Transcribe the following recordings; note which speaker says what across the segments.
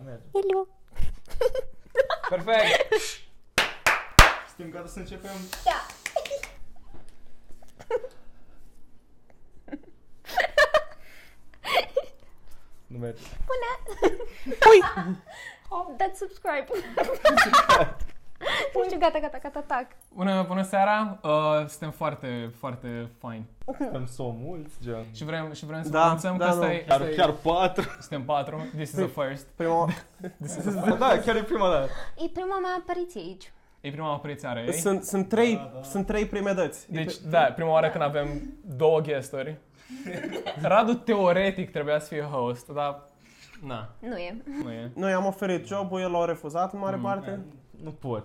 Speaker 1: Da,
Speaker 2: perfect!
Speaker 3: Suntem gata să începem.
Speaker 4: Da.
Speaker 3: Nu merge.
Speaker 4: Până... Ui! Dați subscribe. Nu știu, gata, gata, gata, tac.
Speaker 2: Bună, bună seara! Uh, suntem foarte, foarte faini.
Speaker 3: Suntem so mulți, gen.
Speaker 2: Și vrem, și vrem să
Speaker 1: Da,
Speaker 2: da, anunțăm
Speaker 1: da,
Speaker 2: că asta
Speaker 1: da.
Speaker 2: e, asta
Speaker 3: Chiar,
Speaker 2: e-
Speaker 3: chiar patru.
Speaker 2: Suntem patru. This is the first.
Speaker 1: Prima
Speaker 3: da, chiar e prima dată.
Speaker 4: E prima mea apariție aici.
Speaker 2: E prima apariție a ei.
Speaker 1: sunt, sunt, trei,
Speaker 3: Da, da.
Speaker 1: sunt trei prime dăți.
Speaker 2: Deci, da, prima oară când avem două guesturi. Radu teoretic trebuia să fie host, dar na,
Speaker 4: Nu e.
Speaker 2: nu e.
Speaker 1: Noi am oferit jobul, el l-a refuzat în
Speaker 2: Mm,
Speaker 1: mare parte.
Speaker 3: Nu pot.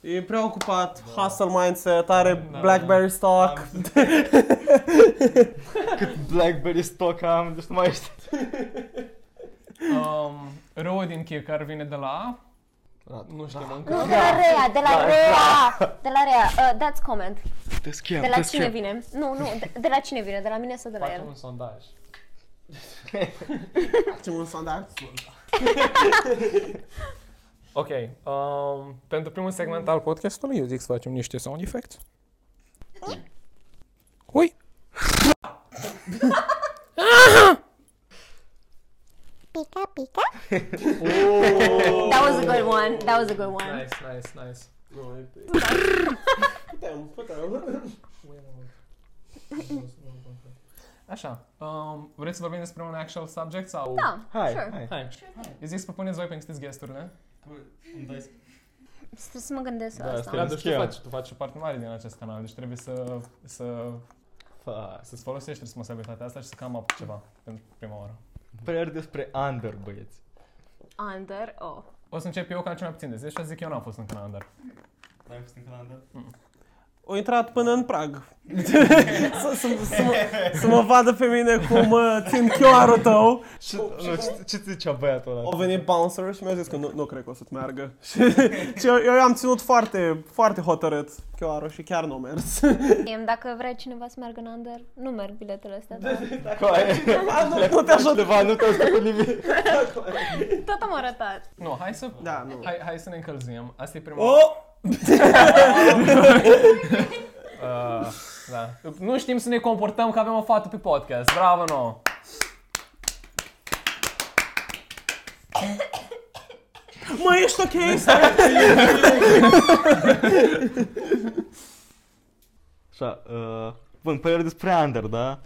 Speaker 1: E preocupat, hustle mindset, are
Speaker 2: Da,
Speaker 1: Blackberry stock.
Speaker 3: Cât Blackberry stock am, deci nu mai ești.
Speaker 2: Um, Rău din Chircar vine de la...
Speaker 3: Radu.
Speaker 2: Nu știm încă.
Speaker 4: Nu, de la Rea, de la Rea! De la Rea. Uh, dați comment.
Speaker 3: Deschiem,
Speaker 4: De la cine vine? Nu, nu, de, de la cine vine? De la mine sau de la
Speaker 2: Facem
Speaker 4: el?
Speaker 2: un sondaj.
Speaker 1: Facem un sondaj.
Speaker 2: Ok, um, pentru primul segment al podcastului, eu zic să facem niște sound effects. Ui!
Speaker 4: Pica, pica. That was a good one. That was a good one.
Speaker 2: Nice, nice, nice.
Speaker 1: Putem, putem.
Speaker 2: Așa, um, vreți să vorbim despre un actual subject sau...
Speaker 4: Da,
Speaker 3: Hai,
Speaker 4: sure.
Speaker 3: hai.
Speaker 2: Hai. Eu zic să propuneți voi pentru că sunteți guesturile.
Speaker 4: Trebuie să mă gândesc la
Speaker 3: Da,
Speaker 4: asta.
Speaker 3: stai.
Speaker 2: Radu, și tu
Speaker 3: Chiar.
Speaker 2: faci, tu faci o parte mare din acest canal, deci trebuie să, să,
Speaker 3: Fuck.
Speaker 2: să-ți folosești responsabilitatea asta și să cam up ceva pentru prima oară.
Speaker 3: Păreri despre Under, băieți.
Speaker 4: Under, oh.
Speaker 2: O să încep eu ca cel mai puțin de 10 și o să zic că eu n-am fost în Canada. dar-
Speaker 3: N-ai fost încă la Under?
Speaker 1: O intrat până în prag. să, să, să, mă, să mă vadă pe mine cum mă țin chioarul tău.
Speaker 3: Ce, nu, ce, ce zicea băiatul ăla?
Speaker 1: O venit bouncer și mi-a zis că nu, nu cred că o să-ți meargă. Și, și eu, eu am ținut foarte, foarte hotărât chioarul și chiar nu a mers.
Speaker 4: Știem, Dacă vrea cineva să meargă în under, nu merg biletele astea, dar
Speaker 1: nu, nu te ajută.
Speaker 3: Cineva nu te ajută cu nimic.
Speaker 4: tot am arătat.
Speaker 2: Nu, hai să,
Speaker 1: Da, nu.
Speaker 2: hai, hai să ne încălzim. Asta e prima
Speaker 1: Oh!
Speaker 2: Uh, da. Nu știm să ne comportăm că avem o fată pe podcast. Bravo nouă!
Speaker 1: Mă, ești ok? Stai.
Speaker 3: Așa, uh, bun, păreri despre Under, da?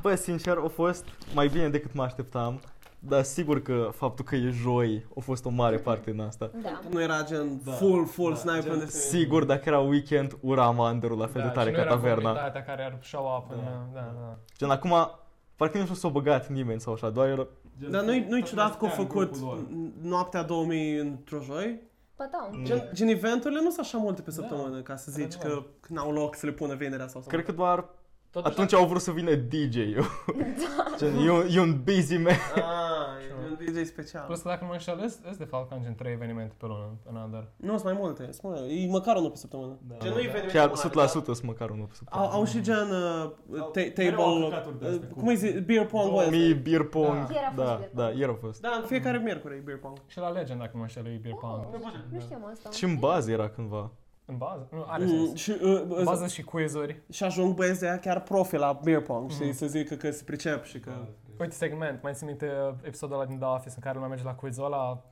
Speaker 3: Bă, sincer, a fost mai bine decât mă așteptam. Dar sigur că faptul că e joi a fost o mare parte din asta.
Speaker 4: Da.
Speaker 1: Nu era gen full, full sniper. de-
Speaker 3: Sigur, dacă era weekend, uram Underul la fel de tare
Speaker 2: Da, și nu
Speaker 3: ca
Speaker 2: era
Speaker 3: taverna.
Speaker 2: comunitatea care ar show up. Da, da, da.
Speaker 3: Gen, acum, parcă nu știu s-a băgat nimeni sau așa, doar era...
Speaker 1: Dar nu-i, nu-i
Speaker 4: da,
Speaker 1: ciudat că au făcut n- noaptea 2000 într-o joi?
Speaker 4: Ba da.
Speaker 1: Gen, gen eventurile nu sunt așa multe pe săptămână, ca să zici că
Speaker 2: într-adevăr.
Speaker 1: n-au loc să le pună vinerea sau
Speaker 3: Cred că doar
Speaker 2: Totuși,
Speaker 3: atunci au vrut să vină DJ-ul. Gen, e un, e un busy man.
Speaker 1: Ah, e un DJ special.
Speaker 2: plus că dacă nu mă înșel, îs- îs de fapt cam gen 3 evenimente pe lună în Under.
Speaker 1: Nu, sunt mai multe, sunt mai multe. E măcar unul pe săptămână.
Speaker 3: Da.
Speaker 1: Gen, nu evenimente
Speaker 3: Chiar
Speaker 1: mari,
Speaker 3: 100% sunt măcar unul pe
Speaker 1: da. Au,
Speaker 3: săptămână.
Speaker 1: au și gen uh, ta-
Speaker 5: mereu au
Speaker 1: table,
Speaker 5: căcaturi de-astea,
Speaker 1: uh,
Speaker 5: cu-
Speaker 1: cum îi zice, beer pong
Speaker 3: Mi,
Speaker 1: Wednesday.
Speaker 3: beer pong,
Speaker 4: Ieri a fost
Speaker 3: da,
Speaker 4: beer pong.
Speaker 3: da, ieri a fost.
Speaker 1: Da, în fiecare miercuri e beer pong.
Speaker 2: Și la Legend, dacă nu mă înșel, e beer pong.
Speaker 4: Nu știam asta.
Speaker 3: Și în bază era cândva.
Speaker 2: În bază? Nu, are
Speaker 1: Mm,
Speaker 2: sens.
Speaker 1: și, uh,
Speaker 2: În
Speaker 1: uh,
Speaker 2: bază și quiz-uri.
Speaker 1: și ajung băieți de aia chiar profi la beer pong,
Speaker 2: Mm.
Speaker 1: știi, să zică că se pricep și că...
Speaker 2: Uite, segment, mai țin minte uh, episodul ăla din The Office în care lumea merge la quiz-ul ăla.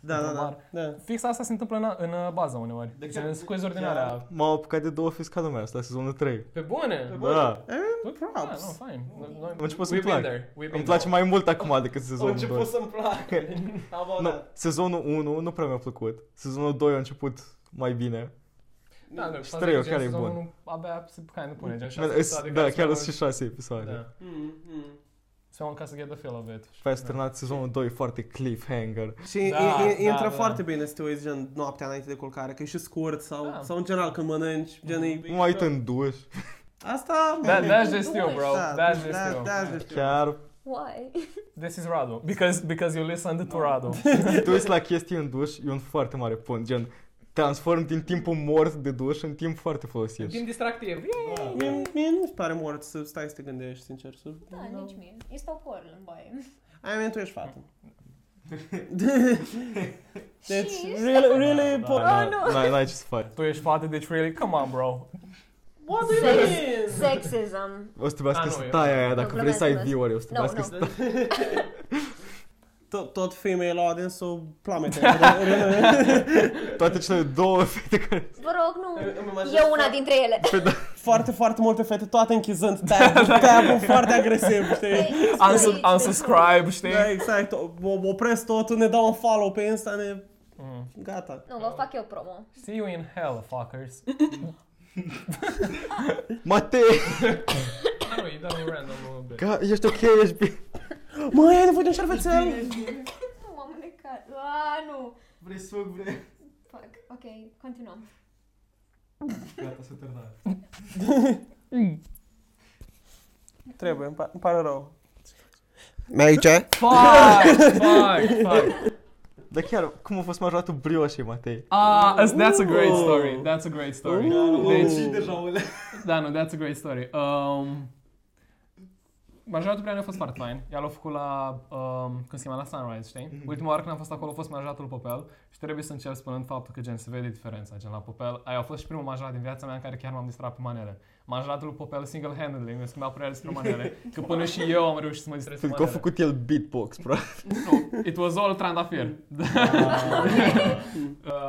Speaker 1: Da, da, da.
Speaker 2: Normal.
Speaker 1: da.
Speaker 2: Fix asta se întâmplă în, în bază uneori. Deci în quiz-uri din alea.
Speaker 3: M-au apucat de două fisca lumea asta, sezonul 3.
Speaker 2: Pe bune!
Speaker 3: Da.
Speaker 2: Tu? Da, nu,
Speaker 1: Props.
Speaker 2: fine. Noi,
Speaker 3: Am început
Speaker 2: we've
Speaker 3: Mm. Deci să-mi
Speaker 2: been
Speaker 3: plac.
Speaker 2: there. We've been
Speaker 3: Îmi
Speaker 2: there.
Speaker 3: place mai mult acum decât sezonul 2.
Speaker 1: să-mi placă.
Speaker 3: Nu, sezonul 1 nu prea mi-a plăcut. Sezonul 2 a început mai bine.
Speaker 1: Mm,
Speaker 2: Da, da,
Speaker 3: Și
Speaker 2: faza
Speaker 3: trei,
Speaker 2: că, gen,
Speaker 3: chiar e
Speaker 2: sezonul
Speaker 3: bun.
Speaker 2: Abia se kind of pune, gen șase episoade
Speaker 3: Da,
Speaker 2: care
Speaker 3: da chiar
Speaker 2: se
Speaker 3: sunt și 6 episoade.
Speaker 2: Da.
Speaker 1: mm.
Speaker 2: Someone ca să get the feel of it.
Speaker 3: Păi ați terminat sezonul 2 foarte cliffhanger.
Speaker 1: Și
Speaker 2: Da,
Speaker 1: e, e,
Speaker 2: da,
Speaker 1: intră
Speaker 2: da.
Speaker 1: foarte bine să te uiți gen noaptea înainte de culcare, că e și scurt sau,
Speaker 2: Da.
Speaker 1: sau în general când mănânci, gen e...
Speaker 3: Nu mai uit în duș.
Speaker 1: Asta...
Speaker 2: That, that's
Speaker 4: Duș.
Speaker 2: just you, bro.
Speaker 1: da,
Speaker 2: That's
Speaker 1: da,
Speaker 2: just you.
Speaker 1: that's just you.
Speaker 3: Chiar
Speaker 4: Why?
Speaker 2: This is Radu. Because, because you listened to Radu.
Speaker 3: te uiți la chestii în duș, e un foarte mare punct. Gen, transform din timpul mort de duș în timp foarte folosit.
Speaker 2: Timp distractiv.
Speaker 1: Mie, mie nu-mi pare mort să stai să te gândești, sincer. Să...
Speaker 4: Da, nici mie. Eu stau cu orl în baie.
Speaker 1: Ai I mean, tu ești fată. Deci,
Speaker 4: Și-
Speaker 1: really, really, po-
Speaker 3: Da,
Speaker 2: Ah,
Speaker 4: Oh,
Speaker 3: n-
Speaker 4: nu.
Speaker 3: n- N-ai ce să faci.
Speaker 2: Tu ești fată, deci really, come on, bro.
Speaker 1: What do you
Speaker 4: Sex.
Speaker 1: mean?
Speaker 4: Sexism.
Speaker 3: O să trebuiască
Speaker 2: Ah,
Speaker 3: să
Speaker 2: nu,
Speaker 3: tai aia dacă
Speaker 4: glumesc,
Speaker 3: vrei să ai
Speaker 4: glumesc.
Speaker 3: view-uri. O să
Speaker 4: Nu,
Speaker 3: trebuiască să
Speaker 4: nu.
Speaker 3: tai.
Speaker 1: Tot, tot female audience-ul plamete.
Speaker 3: Toate cele două fete care...
Speaker 4: Vă rog, nu. Eu una dintre ele.
Speaker 1: Foarte, foarte multe fete, toate închizând tab, tab foarte agresiv, știi?
Speaker 2: Unsu- unsubscribe, știi?
Speaker 1: Da, exact. O- o- Opresc totul, ne dau un follow pe Insta, ne...
Speaker 2: Mm.
Speaker 1: Gata.
Speaker 4: Nu, vă fac eu promo.
Speaker 2: See you in hell, fuckers.
Speaker 3: Matei!
Speaker 2: nu, e doar un random bit.
Speaker 3: Ca, ești ok, ești bine.
Speaker 1: Măi, ai nevoie de un șervețel?
Speaker 4: Nu, m-am unecat. A, nu.
Speaker 3: Vrei suc, vrei...
Speaker 4: Fuck. Ok, continuăm.
Speaker 3: Gata, să terminat.
Speaker 1: Trebuie, îmi pa- îmi pare rău. Merge?
Speaker 2: Fuck, fuck, fuck.
Speaker 3: Dar chiar, cum a fost majoratul brioșei, Matei?
Speaker 2: Ah, that's- that's a great
Speaker 1: Ooh.
Speaker 2: story. That's a great story.
Speaker 1: Ooh.
Speaker 2: Deci, da, nu, that's a great story. Um, Majoratul Plean a fost part fine. El a făcut la, um, cum se chema, la Sunrise, știi?
Speaker 3: Mhm.
Speaker 2: Ultima oară când am fost acolo a fost majoratul Popel și trebuie să încep spunând faptul că, gen, se vede diferența, gen, la Popel. Aia a fost și primul majorat din viața mea în care chiar m-am distrat pe manele. Majoratul lui Popel single-handedly mi-a schimbat părerea despre manele, că până și eu am reușit să mă distrez pe
Speaker 3: Pentru că a
Speaker 2: manele.
Speaker 3: făcut el beatbox, bro.
Speaker 2: Nu, it was all trandafir.
Speaker 1: Ah.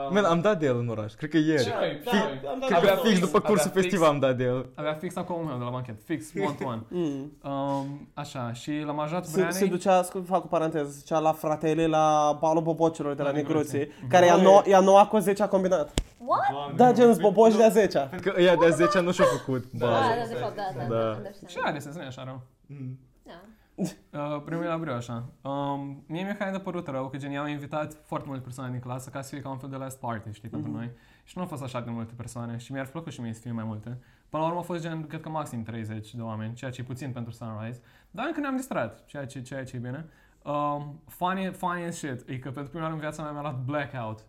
Speaker 2: Um,
Speaker 3: Man, am dat de el în oraș, cred că ieri.
Speaker 2: Și noi,
Speaker 1: Da,
Speaker 2: și
Speaker 1: am
Speaker 2: noi.
Speaker 1: dat
Speaker 3: Cred
Speaker 2: Avea
Speaker 3: că
Speaker 1: de
Speaker 3: fix
Speaker 2: fix,
Speaker 3: după cursul
Speaker 2: avea fix.
Speaker 3: festiv am dat de el.
Speaker 2: Avea fix acolo meu de la banchet, fix one to one.
Speaker 1: Mm.
Speaker 2: Um, așa, și la majoratul
Speaker 1: Se, se
Speaker 2: Breanei...
Speaker 1: ducea, scu- fac o paranteză, se ducea la fratele la balul bobocilor de la
Speaker 2: La
Speaker 1: Negruții,
Speaker 2: Negruții.
Speaker 1: care e a,
Speaker 3: Băi.
Speaker 1: nou, e a noua cu a 10 combinat.
Speaker 4: What?
Speaker 1: Da, gen boboci de a 10
Speaker 3: Că ăia de-a 10 nu și-a făcut
Speaker 4: Da,
Speaker 3: bază.
Speaker 4: da, de fapt, da, da.
Speaker 3: Da.
Speaker 4: da.
Speaker 2: Și are să nu așa rău.
Speaker 3: Mm.
Speaker 4: Da.
Speaker 2: Uh, primul la breu, așa. Um, mie mi-a kind of părut rău că gen i-au invitat foarte multe persoane din clasă ca să fie ca un fel de last party, știi, pentru
Speaker 1: Mhm.
Speaker 2: noi. Și nu au fost așa de multe persoane și mi-ar fi plăcut și mie să fie mai multe. Până la urmă a fost gen, cred că maxim 30 de oameni, ceea ce e puțin pentru Sunrise. Dar încă ne-am distrat, ceea ce, ceea ce e bine. Um, funny, funny as shit, e că pentru prima oară în viața mea mi-a luat blackout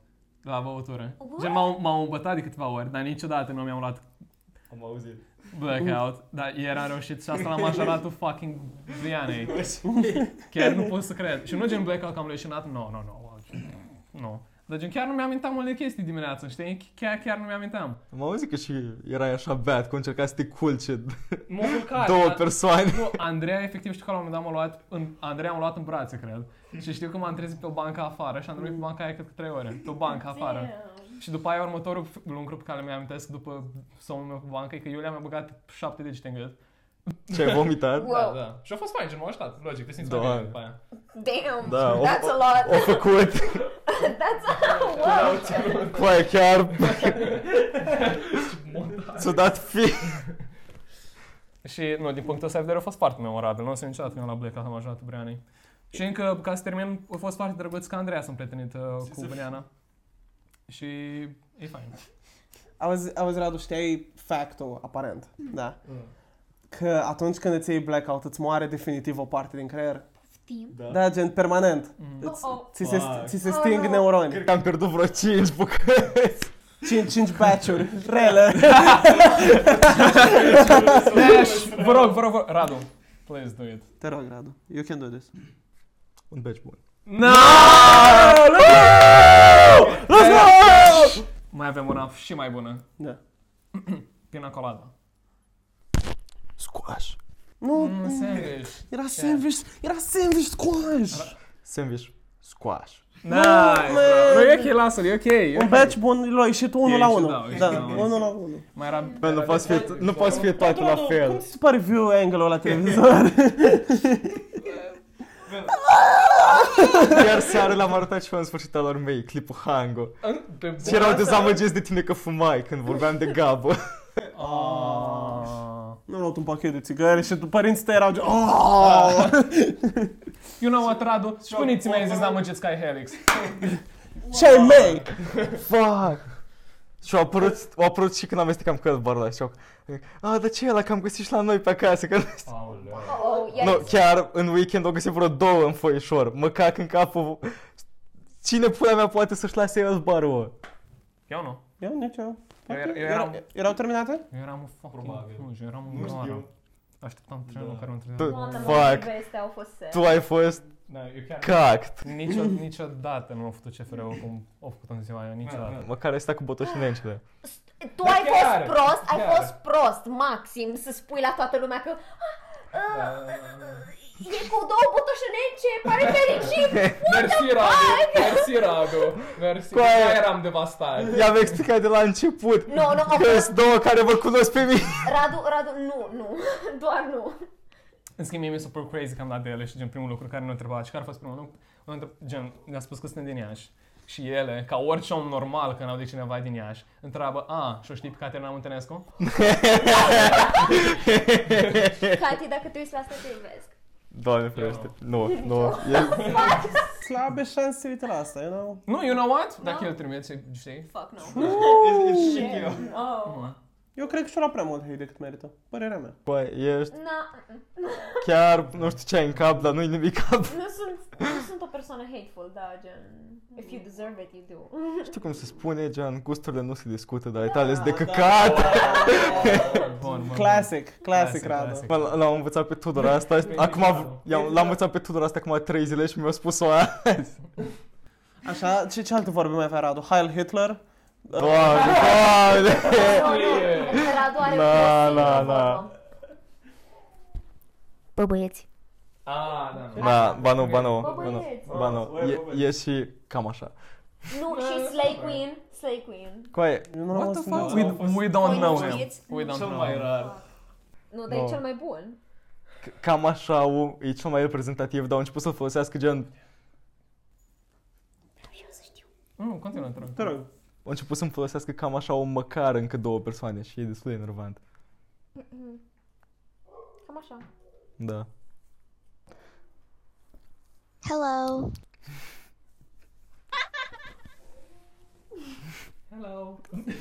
Speaker 2: de la băutură.
Speaker 4: What?
Speaker 2: Gen m-au, m-au îmbătat de câteva ori, dar niciodată nu mi-am luat
Speaker 3: Am auzit.
Speaker 2: blackout. Dar ieri am reușit și asta la majoratul fucking Brianei. Chiar nu pot să cred. Și nu gen blackout că am leșinat, nu, nu, nu. Nu. Dar gen chiar nu mi-amintam multe chestii dimineața, știi? Chiar, chiar nu mi-amintam.
Speaker 3: Am auzit că și erai așa bad, că încerca să te culce
Speaker 2: M-am culcat.
Speaker 3: două
Speaker 2: dar-
Speaker 3: persoane.
Speaker 2: Nu, Andreea efectiv știu că la un moment dat m-a luat, în, Andreea m-a luat în brațe, cred. Și știu că m-am trezit pe o bancă afară și am dormit pe banca aia cred că trei ore. Pe o bancă afară. Și după aia următorul f- lucru pe care mi-amintesc după somnul meu pe bancă e că Iulia mi-a băgat șapte degete în gât.
Speaker 3: Ce ai vomitat?
Speaker 4: Wow.
Speaker 2: Da, da. Și a fost fain, gen m-a ajutat, logic, te simți mai
Speaker 3: Da.
Speaker 2: bine după aia.
Speaker 4: Damn,
Speaker 3: Da, o-
Speaker 4: that's a lot.
Speaker 3: O făcut.
Speaker 4: That's a lot.
Speaker 3: Păi chiar ți-a dat fi.
Speaker 2: Și, nu, din punctul ăsta de vedere a fost foarte memorabil. Nu o să niciodată când am la Blackout am ajutat Brianei. Și încă, ca să termin, a fost foarte drăguț că Andreea s-a împrietenit uh, cu Briana. Și e fain.
Speaker 1: Auzi, auzi Radu, știai factul, aparent, da? Că atunci când îți iei blackout, îți moare definitiv o parte din creier.
Speaker 4: Timp.
Speaker 1: Da, gen, permanent.
Speaker 2: Mm.
Speaker 1: Îți,
Speaker 4: Oh, oh.
Speaker 1: ți, se,
Speaker 3: Fuck.
Speaker 1: ți se
Speaker 4: Oh,
Speaker 1: sting
Speaker 4: no.
Speaker 1: neuroni.
Speaker 3: Cred că am pierdut vreo 5 bucăți.
Speaker 1: 5, 5 batch-uri, rele.
Speaker 2: Dash! Vă rog, vă rog, vă rog. Radu, please do it.
Speaker 1: Te rog, Radu, you can do this.
Speaker 3: Un beci bun.
Speaker 2: No!
Speaker 1: Let's go!
Speaker 2: Mai avem una și mai bună.
Speaker 1: Da.
Speaker 2: Pina colada.
Speaker 3: Squash.
Speaker 1: Nu,
Speaker 2: Mm, sandwich.
Speaker 1: era sandwich, era sandwich squash.
Speaker 3: Sandwich. Squash.
Speaker 2: Nice! bro. Nu, e ok, lasă-l, e ok. e
Speaker 1: Un
Speaker 2: ok.
Speaker 1: batch bun, l-a ieșit
Speaker 2: E,
Speaker 1: unul la
Speaker 2: și
Speaker 1: unul.
Speaker 2: da, e și
Speaker 1: Da,
Speaker 2: da, e și
Speaker 1: unul
Speaker 2: da.
Speaker 1: la unul.
Speaker 2: Mai era...
Speaker 3: Man, nu poți fi, nu poți fi toate la
Speaker 1: Cum
Speaker 3: fel.
Speaker 1: ți se pare view angle-ul la televizor?
Speaker 3: Iar seara l-am arătat și eu în sfârșit alor mei, clipul Hango.
Speaker 2: În- Pe
Speaker 3: Și erau dezamăgiți de tine că fumai când vorbeam de gabă.
Speaker 2: Ah.
Speaker 1: Nu am luat un pachet um de țigări și părinții tăi erau... gen,
Speaker 2: Ah.
Speaker 1: "Oh!"
Speaker 2: You know what, Radu? Spuneți-mi, ai zis dezamăgiți că ai Helix.
Speaker 1: Ce mei!
Speaker 3: Fuck! Și au apărut, au apărut și când amestecam cu el barul și au... A, dar ce e ăla că am găsit și la noi pe acasă? Că...
Speaker 2: Aoleu.
Speaker 4: Oh, oh,
Speaker 3: Nu,
Speaker 4: yes.
Speaker 3: chiar în weekend au găsit vreo două în foișor. Mă cac în capul... Cine pula mea poate să-și lase el barul? ăla?
Speaker 2: Eu nu.
Speaker 1: Eu nicio.
Speaker 2: Eu,
Speaker 1: Ok,
Speaker 2: era- um- eu
Speaker 1: erau-
Speaker 2: eram-
Speaker 1: Erau terminate?
Speaker 2: Eu eram un fucking Probabil. eu eram un
Speaker 5: Nu
Speaker 2: doar.
Speaker 5: știu.
Speaker 2: așteptam trenul
Speaker 5: Da.
Speaker 2: care mă întâlnea.
Speaker 3: Tu,
Speaker 4: Doamne,
Speaker 3: fuck.
Speaker 4: mă, veste, au fost sad.
Speaker 3: tu ai fost
Speaker 2: Da, eu chiar
Speaker 3: cact.
Speaker 2: nicio, niciodată nu am făcut CFR-ul cum au făcut în ziua
Speaker 5: Da,
Speaker 2: aia, niciodată.
Speaker 3: Măcar ai stat cu botoșinencile.
Speaker 4: Tu
Speaker 2: Dar
Speaker 4: ai
Speaker 2: chiar,
Speaker 4: fost prost, ai
Speaker 2: chiar.
Speaker 4: fost prost, maxim, să spui la toată lumea că "Ah,
Speaker 2: Da.
Speaker 4: ah, e cu două butoșănece, pare fericit.
Speaker 5: Mersi, Radu! Mersi, Radu! Mersi!
Speaker 3: Coaie.
Speaker 5: Coaie. eram devastat!
Speaker 3: I-am explicat de la început.
Speaker 4: Nu, nu, a
Speaker 3: Că
Speaker 4: fost-
Speaker 3: sunt două care vă cunosc pe mine.
Speaker 4: Radu, Radu, nu, nu, doar nu.
Speaker 2: În schimb, mie mi s-a părut crazy că am dat de ele și gen primul lucru care nu întreba și care a fost primul lucru, nu întreb, gen, ne-a spus că suntem din Iași. Și ele, ca orice om normal când aude cineva din Iași, întreabă, a, și-o știi pe Caterina Muntenescu?
Speaker 4: Cati, dacă te uiți la asta, te iubesc.
Speaker 3: Doamne ferește. Nu, nu. E-
Speaker 1: Slabe șanse să se uite la asta, you know?
Speaker 2: Nu, you know what? Dacă
Speaker 4: No.
Speaker 2: el trimite, știi?
Speaker 4: Fuck no.
Speaker 2: Da,
Speaker 4: Oh. No.
Speaker 1: Eu cred că și-o luat prea mult hate decât merită. Părerea mea.
Speaker 3: Băi, ești
Speaker 4: Na,
Speaker 3: chiar, nu știu ce ai în cap, dar nu-i nimic cap.
Speaker 4: nu sunt, nu sunt o persoană hateful, da, gen, if you deserve it, you
Speaker 2: Oh,
Speaker 4: do.
Speaker 3: Știu cum se spune, gen, gusturile nu se discută, dar ale tale sunt de
Speaker 1: Da, da.
Speaker 3: căcat.
Speaker 2: Bun, bun, bun.
Speaker 1: Classic, classic, Radu.
Speaker 2: classic.
Speaker 3: Bă, l- L-am învățat pe Tudor asta, acum
Speaker 5: bravo.
Speaker 3: i-am- l-am învățat pe Tudor asta acum 3 zile și mi-a spus-o aia.
Speaker 1: Așa, ce, ce alte vorbe mai avea Radu? é Heil Hitler?
Speaker 3: Doamne, doamne!
Speaker 4: No, nu, Radu are
Speaker 3: Na,
Speaker 4: o singură
Speaker 3: na, na.
Speaker 4: vorbă. Bă, băieți.
Speaker 5: Ah, da, da.
Speaker 3: Da, ba nu, ba nu,
Speaker 4: Bă,
Speaker 3: ba nu,
Speaker 4: băieți.
Speaker 3: ba nu, E- e și cam așa.
Speaker 4: Nu, și Slay Queen, Slay Queen.
Speaker 3: Coaie,
Speaker 1: Eu nu
Speaker 2: What the
Speaker 5: Da,
Speaker 1: auzit niciodată.
Speaker 2: fuck? We, we don't
Speaker 4: Oh, Voi
Speaker 2: know
Speaker 4: nu
Speaker 2: him.
Speaker 4: știți?
Speaker 2: We don't
Speaker 5: Cel
Speaker 2: know
Speaker 5: mai
Speaker 2: him.
Speaker 5: rar.
Speaker 4: Nu, dar e
Speaker 3: No.
Speaker 4: cel mai bun.
Speaker 3: c- cam așa e cel mai reprezentativ, dar au început să-l folosească gen...
Speaker 2: Nu, Mm, continuă, te rog.
Speaker 1: Te rog.
Speaker 3: Au început să-mi folosească cam așa o măcar încă două persoane și e destul de enervant.
Speaker 4: Cam așa.
Speaker 3: Da.
Speaker 6: Hello.
Speaker 5: Hello!
Speaker 4: Tipul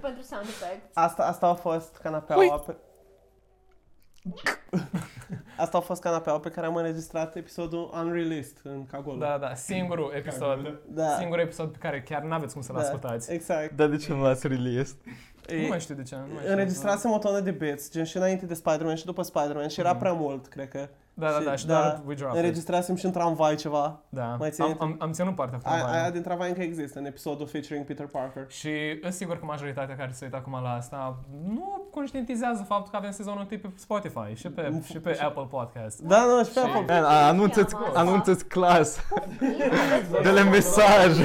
Speaker 4: pentru sound effect.
Speaker 1: Asta, asta a fost canapeaua pe... Asta a fost canapeaua pe care am înregistrat episodul Unreleased în Cagol.
Speaker 2: Da, da, singurul episod,
Speaker 1: da.
Speaker 2: singurul episod pe care chiar n-aveți cum să-l ascultați.
Speaker 1: Exact.
Speaker 3: Dar de ce nu l-ați release?
Speaker 2: Nu mai știu de ce, nu mai știu.
Speaker 1: Înregistrasem o tonă de bits, gen și înainte de Spider-Man și după Spider-Man și era
Speaker 2: Mhm.
Speaker 1: prea mult, cred că.
Speaker 2: Da, da, da, și doar we dropped it.
Speaker 1: Înregistrasem și în tramvai ceva.
Speaker 2: Da,
Speaker 1: Mai
Speaker 2: am,
Speaker 1: ține-
Speaker 2: am, am ținut partea cu
Speaker 1: Aia, aia
Speaker 2: campania.
Speaker 1: din tramvai încă există, în episodul featuring Peter Parker.
Speaker 2: Și sunt sigur că majoritatea care se uită acum la asta nu conștientizează faptul că avem sezonul întâi pe Spotify și pe, și pe Apple Podcast.
Speaker 1: Da, nu, și pe
Speaker 2: Și-
Speaker 1: Apple.
Speaker 3: Man, a- anunță-ți,
Speaker 4: Cheamă asta.
Speaker 3: anunță-ți clas!
Speaker 5: Dă-le mesaj.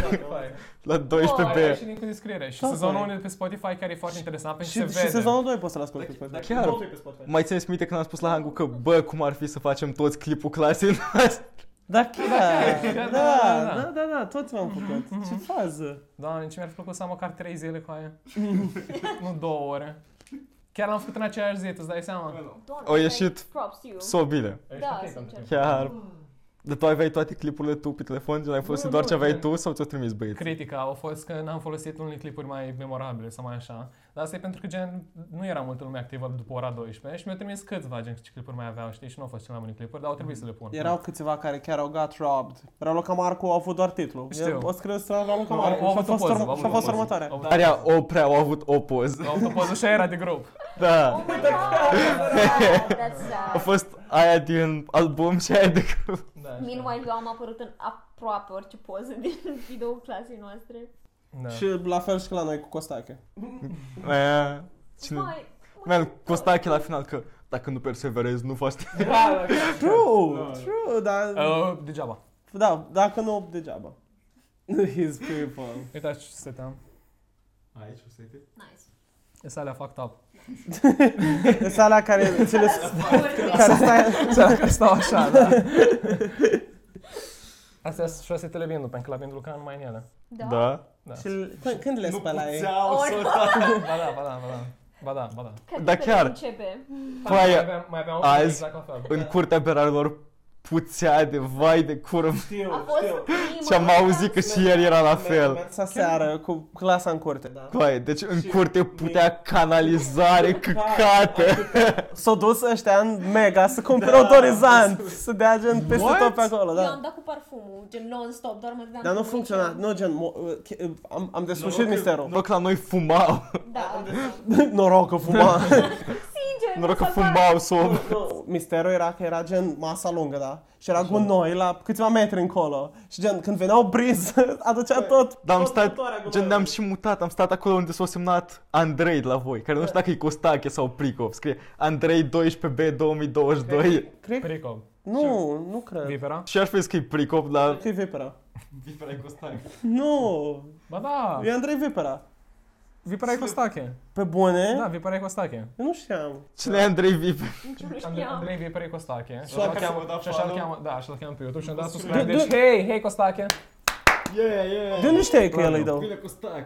Speaker 3: La
Speaker 2: Oh, aia
Speaker 3: 12B.
Speaker 2: și link în descriere. Și
Speaker 1: Tocmai.
Speaker 2: sezonul 1 de pe Spotify care e foarte interesant pentru
Speaker 1: Și,
Speaker 2: că se
Speaker 1: și
Speaker 2: vede.
Speaker 1: sezonul 2 poți să-l asculti pe Spotify.
Speaker 3: Chiar.
Speaker 5: Chiar. pe Spotify.
Speaker 3: Mai țineți minte când am spus la Hangu că, bă, cum ar fi să facem toți clipul clasei noastre?
Speaker 1: Da, chiar.
Speaker 2: chiar,
Speaker 1: Da,
Speaker 2: da,
Speaker 1: da,
Speaker 2: da,
Speaker 1: da, da, da, toți m-am făcut. Ce fază?
Speaker 2: Da, nici mi-ar fi plăcut să am măcar 3 zile cu aia. nu două ore. Chiar l-am făcut în aceeași zi, tu îți dai
Speaker 5: Păi
Speaker 2: seama?
Speaker 4: Doamne,
Speaker 3: Au ieșit
Speaker 4: Props you.
Speaker 3: so bine.
Speaker 4: Da, sincer.
Speaker 3: Chiar. De tu aveai toate clipurile tu pe telefon, nu ai folosit
Speaker 2: Nu,
Speaker 3: doar
Speaker 2: nu,
Speaker 3: ce aveai
Speaker 2: nu.
Speaker 3: tu sau ți-o trimis băieți?
Speaker 2: Critica a fost că n-am folosit unele clipuri mai memorabile sau mai așa. Dar asta e pentru că gen, nu era multă lume activă după ora 12 și mi-au trimis câțiva gen ce clipuri mai aveau, știi? Și nu au fost cel mai multe clipuri, dar au trebuit să le pun.
Speaker 1: Erau câțiva care chiar au got robbed. Raluca Marcu a avut doar titlul.
Speaker 2: Știu.
Speaker 1: El O scris uh, Raluca
Speaker 2: Au-
Speaker 1: Marcu
Speaker 2: au
Speaker 1: și a
Speaker 2: avut o
Speaker 1: fost,
Speaker 2: poză,
Speaker 1: urm-
Speaker 2: au
Speaker 1: și
Speaker 2: avut
Speaker 1: a
Speaker 2: o
Speaker 1: fost
Speaker 2: poză.
Speaker 1: următoarea.
Speaker 2: Au-
Speaker 3: Area Oprea au avut o poză.
Speaker 2: Au avut o poză și aia era de grup.
Speaker 3: Da.
Speaker 4: Oh my god, that's
Speaker 3: A
Speaker 4: sad.
Speaker 3: fost aia din album și aia de grup.
Speaker 5: Da,
Speaker 4: Meanwhile, eu am apărut în aproape orice poză din video clasei noastre.
Speaker 2: Da.
Speaker 1: Și la fel și la noi cu Costache.
Speaker 3: Aia- Cine?
Speaker 4: Mai,
Speaker 3: Man, Costache la final că dacă nu perseverezi, nu faci
Speaker 5: Da, da,
Speaker 1: True, true, dar...
Speaker 2: Uh, degeaba.
Speaker 1: Da, dacă nu, degeaba. He's people.
Speaker 2: Uitați ce stăteam.
Speaker 3: Aici o să
Speaker 4: nice.
Speaker 2: E alea fucked up.
Speaker 1: Sunt alea care, cele, care stai...
Speaker 2: Sala care stau așa, da. Astea sunt șosetele vindu, pentru că la vindu lucra numai în ele.
Speaker 4: Da.
Speaker 3: Da?
Speaker 2: Da.
Speaker 1: Și când, când le spălai?
Speaker 2: Ba da, ba da, ba da. Ba da, ba da.
Speaker 4: Cred
Speaker 3: Da,
Speaker 4: că
Speaker 3: chiar.
Speaker 4: Începe.
Speaker 3: Păi,
Speaker 2: mai aveam, mai aveam o
Speaker 3: azi-
Speaker 2: exact la fel.
Speaker 3: În curtea berarilor puțea de vai de cură
Speaker 5: Știu,
Speaker 4: A fost prima
Speaker 3: și am auzit că și el era la fel.
Speaker 1: Sa seară cu clasa în curte. Da.
Speaker 3: Coaie, deci în curte putea canalizare căcată.
Speaker 1: S-au dus ăștia în mega să cumpere odorizant, să dea gen peste
Speaker 3: What?
Speaker 1: tot pe acolo,
Speaker 4: Eu
Speaker 1: da.
Speaker 4: am dat cu parfumul, gen non-stop, doar mă dădeam
Speaker 1: Dar nu
Speaker 4: cu
Speaker 1: funcționa,
Speaker 4: mâinile.
Speaker 1: nu gen, mo- uh, ch- uh, am, am deslușit misterul.
Speaker 3: Loc la noi fumau.
Speaker 4: Da,
Speaker 1: Noroc că fuma.
Speaker 4: sincer,
Speaker 3: Noroc că
Speaker 5: să
Speaker 3: fumbau sob.
Speaker 1: Nu, Misterul era că era gen masa lungă, da? Și era gunoi la câțiva metri încolo. Și gen, când venea o briză, aducea tot.
Speaker 3: Dar am
Speaker 1: tot
Speaker 3: stat,
Speaker 1: putoarea gunoiului.
Speaker 3: gen, ne-am și mutat, am stat acolo unde s-a semnat Andrei de la voi, care nu
Speaker 1: Da.
Speaker 3: știu dacă e Costache sau Pricov, scrie Andrei 12B 2022
Speaker 1: Cred că...
Speaker 2: Pericol.
Speaker 1: Păi, Nu, nu cred.
Speaker 2: Vipera?
Speaker 3: și aș fi că e Pricov, dar...
Speaker 1: Că e Vipera.
Speaker 3: Vipera e Costache.
Speaker 1: Nu,
Speaker 2: Ba da,
Speaker 1: e Andrei Vipera.
Speaker 2: Vipera e Costache.
Speaker 1: Pe bune?
Speaker 2: Da, Vipera e Costache.
Speaker 1: Eu nu știam.
Speaker 3: Cine e Andrei Vipera?
Speaker 5: Nici nu
Speaker 2: Andrei,
Speaker 5: știam.
Speaker 2: Andrei Vipera e Costache. Și
Speaker 1: așa
Speaker 2: așa-l
Speaker 1: că
Speaker 2: cheamă,
Speaker 3: să vă dau
Speaker 2: și așa-l
Speaker 3: follow.
Speaker 2: cheamă, da, așa-l cheamă pe YouTube și am dat
Speaker 1: Du-
Speaker 2: subscribe.
Speaker 1: du-
Speaker 2: Deci, hei, hei Costache!
Speaker 3: Yeah,
Speaker 1: De nu știai că el îi
Speaker 2: Bine.
Speaker 1: dău.
Speaker 3: Costache.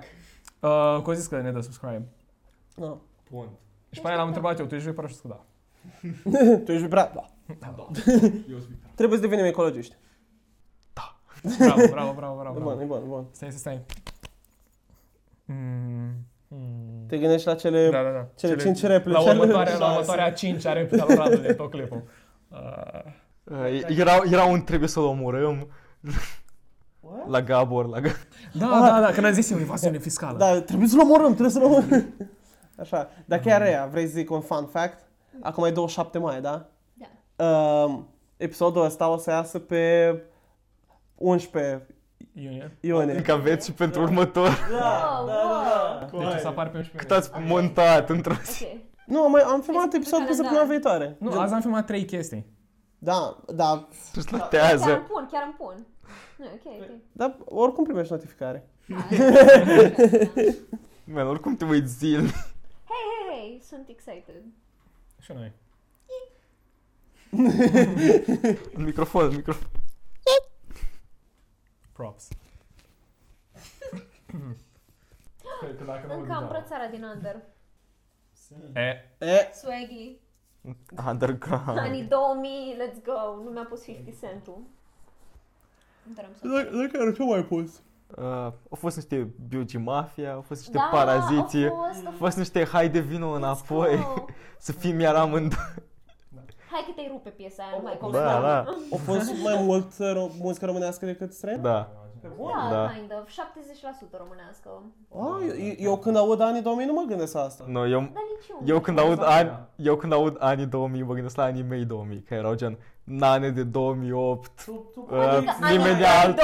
Speaker 2: Uh, că au zis că ne dă subscribe.
Speaker 1: Da.
Speaker 3: Pont.
Speaker 2: Și pe aia l-am întrebat eu, tu ești Vipera? Și a zis că da.
Speaker 1: Tu ești vibrat, da.
Speaker 3: Eu sunt Vipera.
Speaker 1: Trebuie să devenim ecologiști.
Speaker 2: Bravo, bravo,
Speaker 1: E
Speaker 2: bravo, bravo.
Speaker 1: bun,
Speaker 2: bravo.
Speaker 1: e bun, e bun.
Speaker 2: Stai, stai, stai. Mm. Mm.
Speaker 1: Te gândești la cele...
Speaker 2: Da, da, da.
Speaker 1: cele cinci replici.
Speaker 2: La următoarea, la
Speaker 1: Șase.
Speaker 2: următoarea cincea replică lui Radu din tot clipul. Uh,
Speaker 3: Era, era un trebuie să-l omorâm. La Gabor, la Gabor.
Speaker 2: Da, da, da, când a zis eu evaziune fiscală.
Speaker 1: Da, trebuie să-l omorâm, trebuie să-l omorâm. Așa, dar chiar ea, vrei să zic un fun fact? Acum e 27 mai, da?
Speaker 4: Da.
Speaker 1: Um, episodul ăsta o să iasă pe 11
Speaker 2: Iunie. Deci
Speaker 1: iunie.
Speaker 3: Încă aveți și pentru următor.
Speaker 4: Wow, Oh, wow.
Speaker 2: Deci o să apar pe 11
Speaker 3: Cât ați montat într-o zi.
Speaker 4: Ok.
Speaker 1: Nu, am, mai, am filmat
Speaker 4: Este pe
Speaker 1: episodul pe
Speaker 4: calendar.
Speaker 1: săptămâna viitoare.
Speaker 2: Nu, azi am filmat trei chestii.
Speaker 1: Da, da,
Speaker 4: Chiar
Speaker 3: Își
Speaker 4: îmi
Speaker 3: latează.
Speaker 4: pun, chiar îmi pun. Nu, ok, ok.
Speaker 1: da, oricum primești notificare.
Speaker 4: Da, da, da.
Speaker 3: Man, oricum te uiți zilnic.
Speaker 4: Hei, hei, hei, sunt excited.
Speaker 2: Și noi.
Speaker 3: În microfon, în microfon.
Speaker 2: Props. Cred că dacă
Speaker 4: Încă am brățara din under.
Speaker 2: E,
Speaker 1: E,
Speaker 4: Swaggy.
Speaker 3: Underground.
Speaker 4: Anii 2000, let's go. Nu mi-a pus 50 centul. Dar am să...
Speaker 1: chiar ce mai pus?
Speaker 3: Uh, au fost niște Beauty Mafia, au fost niște
Speaker 4: Da,
Speaker 3: Paraziții,
Speaker 4: au fost, au
Speaker 3: au
Speaker 4: fost.
Speaker 3: fost niște Hai de vino înapoi,
Speaker 4: Let's go.
Speaker 3: să fim iar amândoi.
Speaker 4: Hai că te-ai rupe piesa aia, nu mai
Speaker 3: Da,
Speaker 4: confirm.
Speaker 3: da,
Speaker 1: Au fost mai mult uh, ro- muzică românească decât străină?
Speaker 3: da.
Speaker 4: Da,
Speaker 3: Da.
Speaker 4: kind of. 70% românească.
Speaker 1: Ah, eu, eu când aud anii 2000 nu mă gândesc la asta.
Speaker 3: Nu, eu,
Speaker 4: Dar nici eu.
Speaker 3: eu când
Speaker 2: Exact.
Speaker 3: aud ani, eu când aud anii 2000, mă gândesc la anii mei 2000, că erau gen Nane de 2008, uh,
Speaker 4: Adică
Speaker 3: nimeni
Speaker 4: anii
Speaker 3: de alt.
Speaker 4: 2000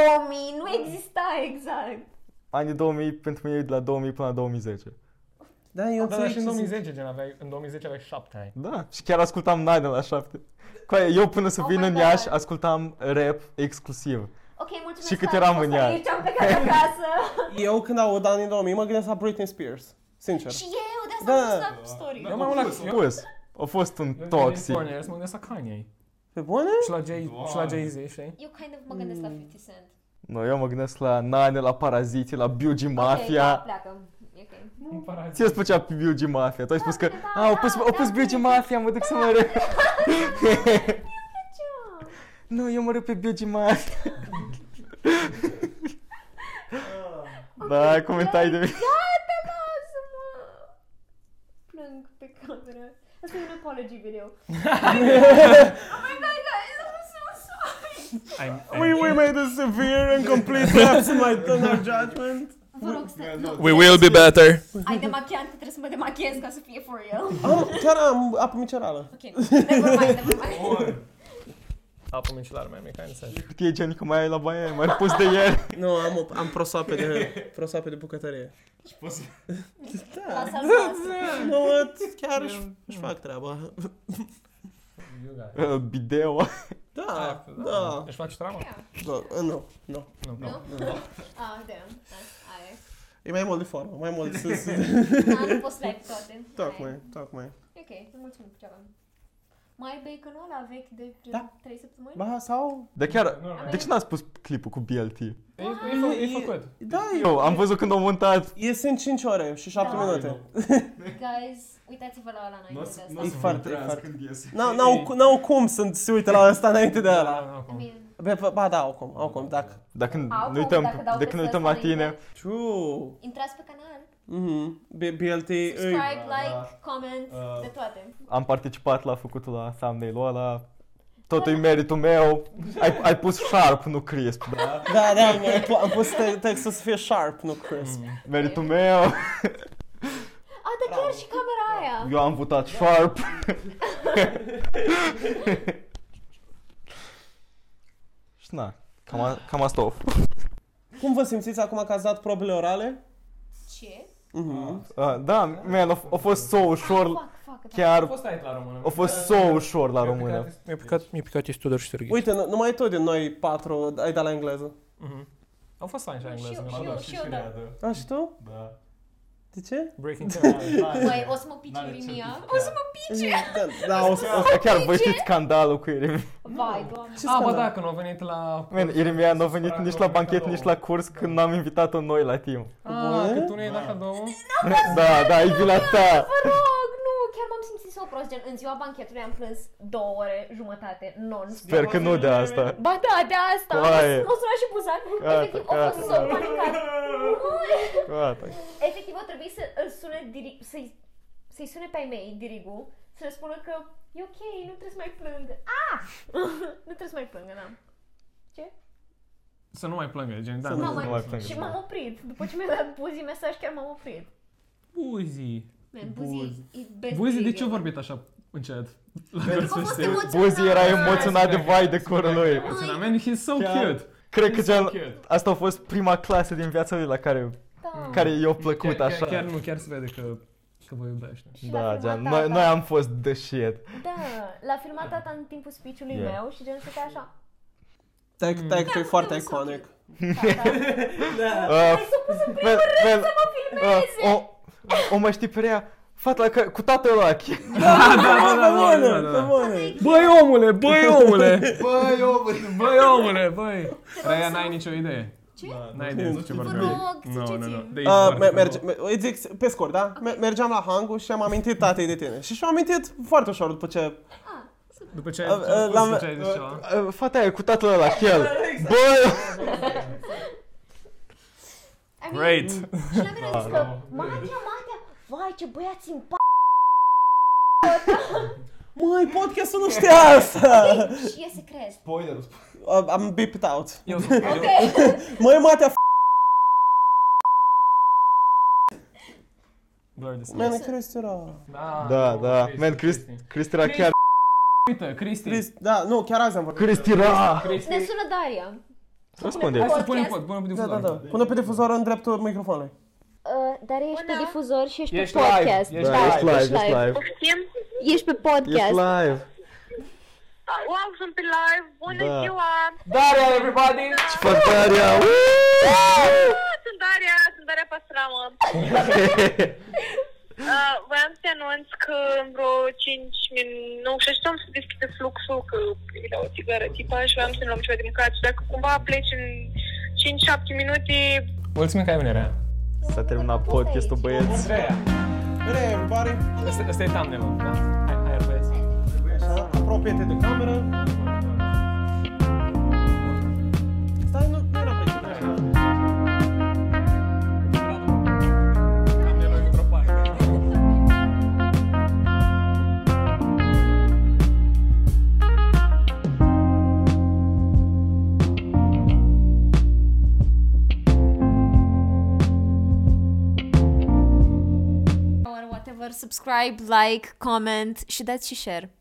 Speaker 4: nu exista exact.
Speaker 3: Anii 2000 pentru mine e de la 2000 până la 2010.
Speaker 1: Da, eu
Speaker 2: da, dar și în
Speaker 1: înțeleg ce zici.
Speaker 2: 2010, gen, aveai, în 2010 aveai 7 ani.
Speaker 3: Da, și chiar ascultam Nane la 7. Coaie, eu până să
Speaker 4: Oh
Speaker 3: vin
Speaker 4: my
Speaker 3: în
Speaker 4: God.
Speaker 3: Iași, ascultam rap exclusiv.
Speaker 4: Ok, mulțumesc.
Speaker 3: Și cât
Speaker 4: că
Speaker 3: eram
Speaker 4: am fost
Speaker 3: în ea?
Speaker 4: aici, am plecat acasă.
Speaker 1: Eu când aud anii 2000 mă gândesc la Britney Spears, sincer.
Speaker 4: și eu, de asta
Speaker 1: Da.
Speaker 4: am pus la story.
Speaker 2: Eu mai mult la... eu-
Speaker 3: Pus. A fost un
Speaker 2: eu-
Speaker 3: toxic.
Speaker 2: Corners, mă gândesc la Kanye.
Speaker 1: Pe bune?
Speaker 2: Și la, Jay, și la Jay-Z, știi?
Speaker 4: Eu kind of mă gândesc la 50 Cent.
Speaker 3: Nu, eu mă gândesc la Nane, la Parazite, la Biugi
Speaker 4: Ok, da,
Speaker 3: Mafia.
Speaker 4: pleacă. E ok.
Speaker 3: Ție îți plăcea Biugi Mafia? Tu ai spus că,
Speaker 4: da,
Speaker 3: a, au pus,
Speaker 4: da,
Speaker 3: au pus
Speaker 4: da,
Speaker 3: Biugi
Speaker 4: da.
Speaker 3: Mafia, mă duc să mă râp.
Speaker 4: Ce?
Speaker 3: Nu, eu mă râp pe Biugi Mafia. Da, comentai de mine.
Speaker 4: Gata, lasă-mă! Plâng pe cameră. Asta e un é um apology video. oh my god, guys, I'm so sorry!
Speaker 1: We, we made a severe and complete lapse in my, in our judgment.
Speaker 4: Vă rog, stai, nu,
Speaker 7: We will be better.
Speaker 4: ai demachiant, că trebuie să mă demachiez ca să fie for real.
Speaker 1: Am, chiar am apă micerală.
Speaker 4: Ok, never mind, never mind.
Speaker 2: Apă micelară mai mică, ai înțeles.
Speaker 3: Cât e gen că mai ai la baie, mai pus de ieri.
Speaker 1: Nu, am, o- am prosoape de, prosoape de Tá. bucătărie.
Speaker 4: Lasă asta.
Speaker 1: Nu, mă, chiar își, își fac treaba.
Speaker 2: You got it.
Speaker 3: Uh, Bideo.
Speaker 2: Ah,
Speaker 1: Da, da.
Speaker 2: Își faci treaba?
Speaker 1: da. Nu, nu.
Speaker 2: Nu,
Speaker 4: Nu?
Speaker 2: nu.
Speaker 4: Ah, damn. Aia.
Speaker 1: E mai mult de formă, mai mult să... să-
Speaker 4: Da, nu poți să le ai pe toate.
Speaker 1: Tocmai, tocmai.
Speaker 4: E Ok, îți mulțumim cu ceva. Mai baconul ăla vechi de
Speaker 1: Da.
Speaker 4: 3 săptămâni?
Speaker 1: Ba, sau...
Speaker 3: Dar chiar,
Speaker 2: Normal.
Speaker 3: de ce n-ați pus clipul cu BLT?
Speaker 2: E, e, fă- e făcut.
Speaker 1: Da, e,
Speaker 3: Eu am văzut când au montat.
Speaker 1: e assim, sunt 5 ore și 7
Speaker 4: Da.
Speaker 1: minute.
Speaker 4: Guys, uitați-vă la ăla înainte de asta.
Speaker 1: E foarte, e foarte.
Speaker 3: iese.
Speaker 1: N-au, n-au, cu- n-au cum să se uite la ăsta înainte de ăla.
Speaker 2: Da,
Speaker 4: I
Speaker 2: acum.
Speaker 4: mean,
Speaker 1: Ba, ba, ba da, au cum, au cum, dacă...
Speaker 3: Dacă
Speaker 4: au,
Speaker 3: Da,
Speaker 4: dacă
Speaker 3: ne uităm,
Speaker 4: dau
Speaker 3: de
Speaker 4: peste
Speaker 3: când ne uităm la
Speaker 4: asta,
Speaker 3: tine,
Speaker 4: înainte.
Speaker 1: True.
Speaker 4: Intrați pe canal,
Speaker 1: Mhm. B- BLT... îi-
Speaker 3: da,
Speaker 4: subscribe, like, comment,
Speaker 3: Uh,
Speaker 4: de toate.
Speaker 3: am participat la făcutul la thumbnail-ul ăla, totul e meritul meu, ai, ai pus sharp, nu crisp, da?
Speaker 1: Da, da, am- am pus te- Mhm. textul să fie sharp, nu crisp.
Speaker 3: Meritul meu,
Speaker 4: A, dar chiar și camera aia.
Speaker 3: Eu am votat
Speaker 4: Da.
Speaker 3: Sharp. Și na, cam, a, cam asta o
Speaker 1: Cum vă simțiți acum că ați dat probele orale?
Speaker 4: Ce?
Speaker 1: Mhm.
Speaker 3: Ah, Da, man, a, a fost so ușor,
Speaker 4: Fac, fac, da.
Speaker 3: chiar
Speaker 5: A fost aici la română.
Speaker 3: a
Speaker 2: Da.
Speaker 3: fost so ușor la
Speaker 5: Mi-a
Speaker 3: română.
Speaker 5: picat-
Speaker 7: Mi-a picat, mi-a picat este Tudor și Serghei.
Speaker 1: Uite, nu- numai tu din noi patru ai dat la engleză.
Speaker 2: Mhm. Au fost ani și la
Speaker 4: Și
Speaker 2: engleză.
Speaker 4: eu,
Speaker 2: mi-am
Speaker 4: și
Speaker 2: dat.
Speaker 4: eu. da.
Speaker 1: A, și tu?
Speaker 3: Da.
Speaker 1: De ce?
Speaker 7: Breaking Down.
Speaker 4: Băi, o să mă pici urimia. O să mă
Speaker 1: Da, da o să...
Speaker 3: O, chiar voi știți scandalul cu Iremia.
Speaker 4: pici. Vai, doamne.
Speaker 1: Ce
Speaker 2: Ah, bă,
Speaker 1: scandal?
Speaker 2: da, când au venit la...
Speaker 3: Man, Iremia n-a venit nici la banchet, nici la curs când n-am invitat-o noi la timp.
Speaker 2: Ah,
Speaker 1: Bă?
Speaker 2: că tu nu ai dat cadou.
Speaker 3: Da, da, e vina ta.
Speaker 4: Vă rog, nu, chiar m-am simțit so prost, gen, în ziua banchetului am plâns două ore jumătate, non-stop.
Speaker 3: Sper că nu de asta.
Speaker 4: Ba da, de asta,
Speaker 3: Coaie.
Speaker 4: m-a sunat și buzan,
Speaker 3: Gata,
Speaker 4: efectiv, o fost
Speaker 3: gata.
Speaker 4: so panicat.
Speaker 3: Gata.
Speaker 4: Efectiv, o trebuie să îl sune, diri- să-i, să-i sune pe ai mei, dirigu, să le spună că e ok, nu trebuie să mai plâng. Ah! nu trebuie să mai plângă, da. n-am.
Speaker 2: Să nu mai plângă, gen, da.
Speaker 1: Să
Speaker 4: Nu
Speaker 2: nu.
Speaker 3: mai
Speaker 4: mai
Speaker 3: plângă,
Speaker 4: și
Speaker 3: da.
Speaker 4: m-am oprit. După ce mi-a dat buzi mesaj, chiar m-am oprit.
Speaker 2: Buzi.
Speaker 4: Man, buzi, e best
Speaker 2: Buzi, de ce au
Speaker 4: trigger.
Speaker 2: vorbit așa încet? La
Speaker 4: Că a
Speaker 2: versul
Speaker 4: fost Da,
Speaker 2: ăsta?
Speaker 3: Buzi era
Speaker 4: emoționat.
Speaker 3: emoționat de vai de curul lui.
Speaker 2: Puțin, man, he's so
Speaker 3: Chiar.
Speaker 2: cute.
Speaker 3: Cred că
Speaker 2: So
Speaker 3: gen,
Speaker 2: cute.
Speaker 3: asta a fost prima clasă din viața lui la care,
Speaker 4: Da.
Speaker 3: care i-a plăcut
Speaker 2: Chiar- chiar-
Speaker 3: așa.
Speaker 2: Chiar nu, chiar se vede că, că vă iubește.
Speaker 4: Și la
Speaker 3: Da,
Speaker 4: prima
Speaker 3: gen,
Speaker 4: ta,
Speaker 3: noi,
Speaker 4: da.
Speaker 3: noi am fost the shit.
Speaker 4: Da, l-a filmat tata în timpul speech-ului
Speaker 3: Yeah.
Speaker 4: meu și gen stătea așa.
Speaker 1: Tag, tag, tu e foarte
Speaker 4: Da, sunt
Speaker 1: iconic.
Speaker 4: Tata,
Speaker 3: Uh,
Speaker 4: ai să pus în
Speaker 3: man,
Speaker 4: primul rând
Speaker 3: man,
Speaker 4: să mă filmeze!
Speaker 3: uh, o, o mai știi pe ea, fata la care, cu tatăl ăla.
Speaker 2: Da, da,
Speaker 1: Pe
Speaker 2: da, da,
Speaker 1: bune,
Speaker 2: da,
Speaker 1: pe
Speaker 2: da.
Speaker 1: bune.
Speaker 2: Băi omule, băi omule!
Speaker 3: Băi, omul.
Speaker 2: Băi omule, băi! Raya, n-ai nicio idee.
Speaker 4: Ce?
Speaker 2: N-ai idee de ce
Speaker 4: Vă
Speaker 2: vorbeam.
Speaker 4: rog,
Speaker 2: Nu, nu,
Speaker 4: ziceți-mi.
Speaker 2: nu. De aici
Speaker 1: Uh,
Speaker 2: doar
Speaker 1: me-
Speaker 2: că-
Speaker 1: merge, me- îi zic pe scurt, da? Me- Mergeam la hangu și am amintit tatei de tine. Și și-am amintit foarte ușor după ce...
Speaker 2: După ce ai
Speaker 1: Uh,
Speaker 2: ce
Speaker 1: uh,
Speaker 2: ai spus,
Speaker 1: l-am-
Speaker 2: după ce ai zis ceva.
Speaker 3: Uh, Fata aia cu tatăl ăla, el. Băi,
Speaker 4: I mean,
Speaker 2: Great!
Speaker 4: Și la mine a zis că, Matea, Matea, vai ce băiat simpatic!
Speaker 1: Măi, podcastul nu știa asta!
Speaker 4: Și e secret.
Speaker 3: Spoiler,
Speaker 1: Uh, Am beeped out.
Speaker 2: Eu sunt
Speaker 4: Ok,
Speaker 1: Măi, matea, f***,
Speaker 2: blur this. Ah,
Speaker 1: man, Cristi era...
Speaker 3: Da, da. Man, Chris, Cristi era chiar...
Speaker 2: Uite, Cristi.
Speaker 1: Cristi- Da, nu, chiar azi am vorbit.
Speaker 3: Cristi era!
Speaker 4: ne sună Daria.
Speaker 3: Răspunde.
Speaker 2: Hai să punem
Speaker 4: Podcast.
Speaker 2: pod, punem pe
Speaker 1: Da, da,
Speaker 2: difuzor.
Speaker 1: da. Pune pe difuzor în dreptul microfonului.
Speaker 8: Uh, dar ești pe
Speaker 4: Bună!
Speaker 8: difuzor și ești,
Speaker 2: Ești
Speaker 8: pe
Speaker 2: live,
Speaker 8: podcast.
Speaker 2: ești
Speaker 8: da,
Speaker 3: Da, ești live, ești live.
Speaker 8: Ești pe
Speaker 3: Ești
Speaker 8: podcast.
Speaker 3: live.
Speaker 9: Wow, sunt pe live! Bună
Speaker 3: Da.
Speaker 9: ziua!
Speaker 5: Daria, everybody!
Speaker 3: Spătarea!
Speaker 9: Ah, Sunt Daria, sunt Daria Pastramă. Uh, voiam să te anunț că în vreo 5 minute, nu, știu, am să deschide fluxul, că e la o țigară tipa și voiam să ne luăm ceva de mâncat. Și Dacă cumva pleci în 5-7 minute,
Speaker 2: Mulțumim că ai venit, Raya.
Speaker 3: S-a terminat podcastul, băieți.
Speaker 5: Andreea.
Speaker 1: Bine, everybody.
Speaker 2: Asta asta e thumbnail-ul, da? Hai, hai, băieți.
Speaker 1: Așa, apropie-te de cameră. Stai, nu, nu era pe tine.
Speaker 2: Thumbnail-ul e într-o parte.
Speaker 4: Or whatever, subscribe, like, comment și dați și share.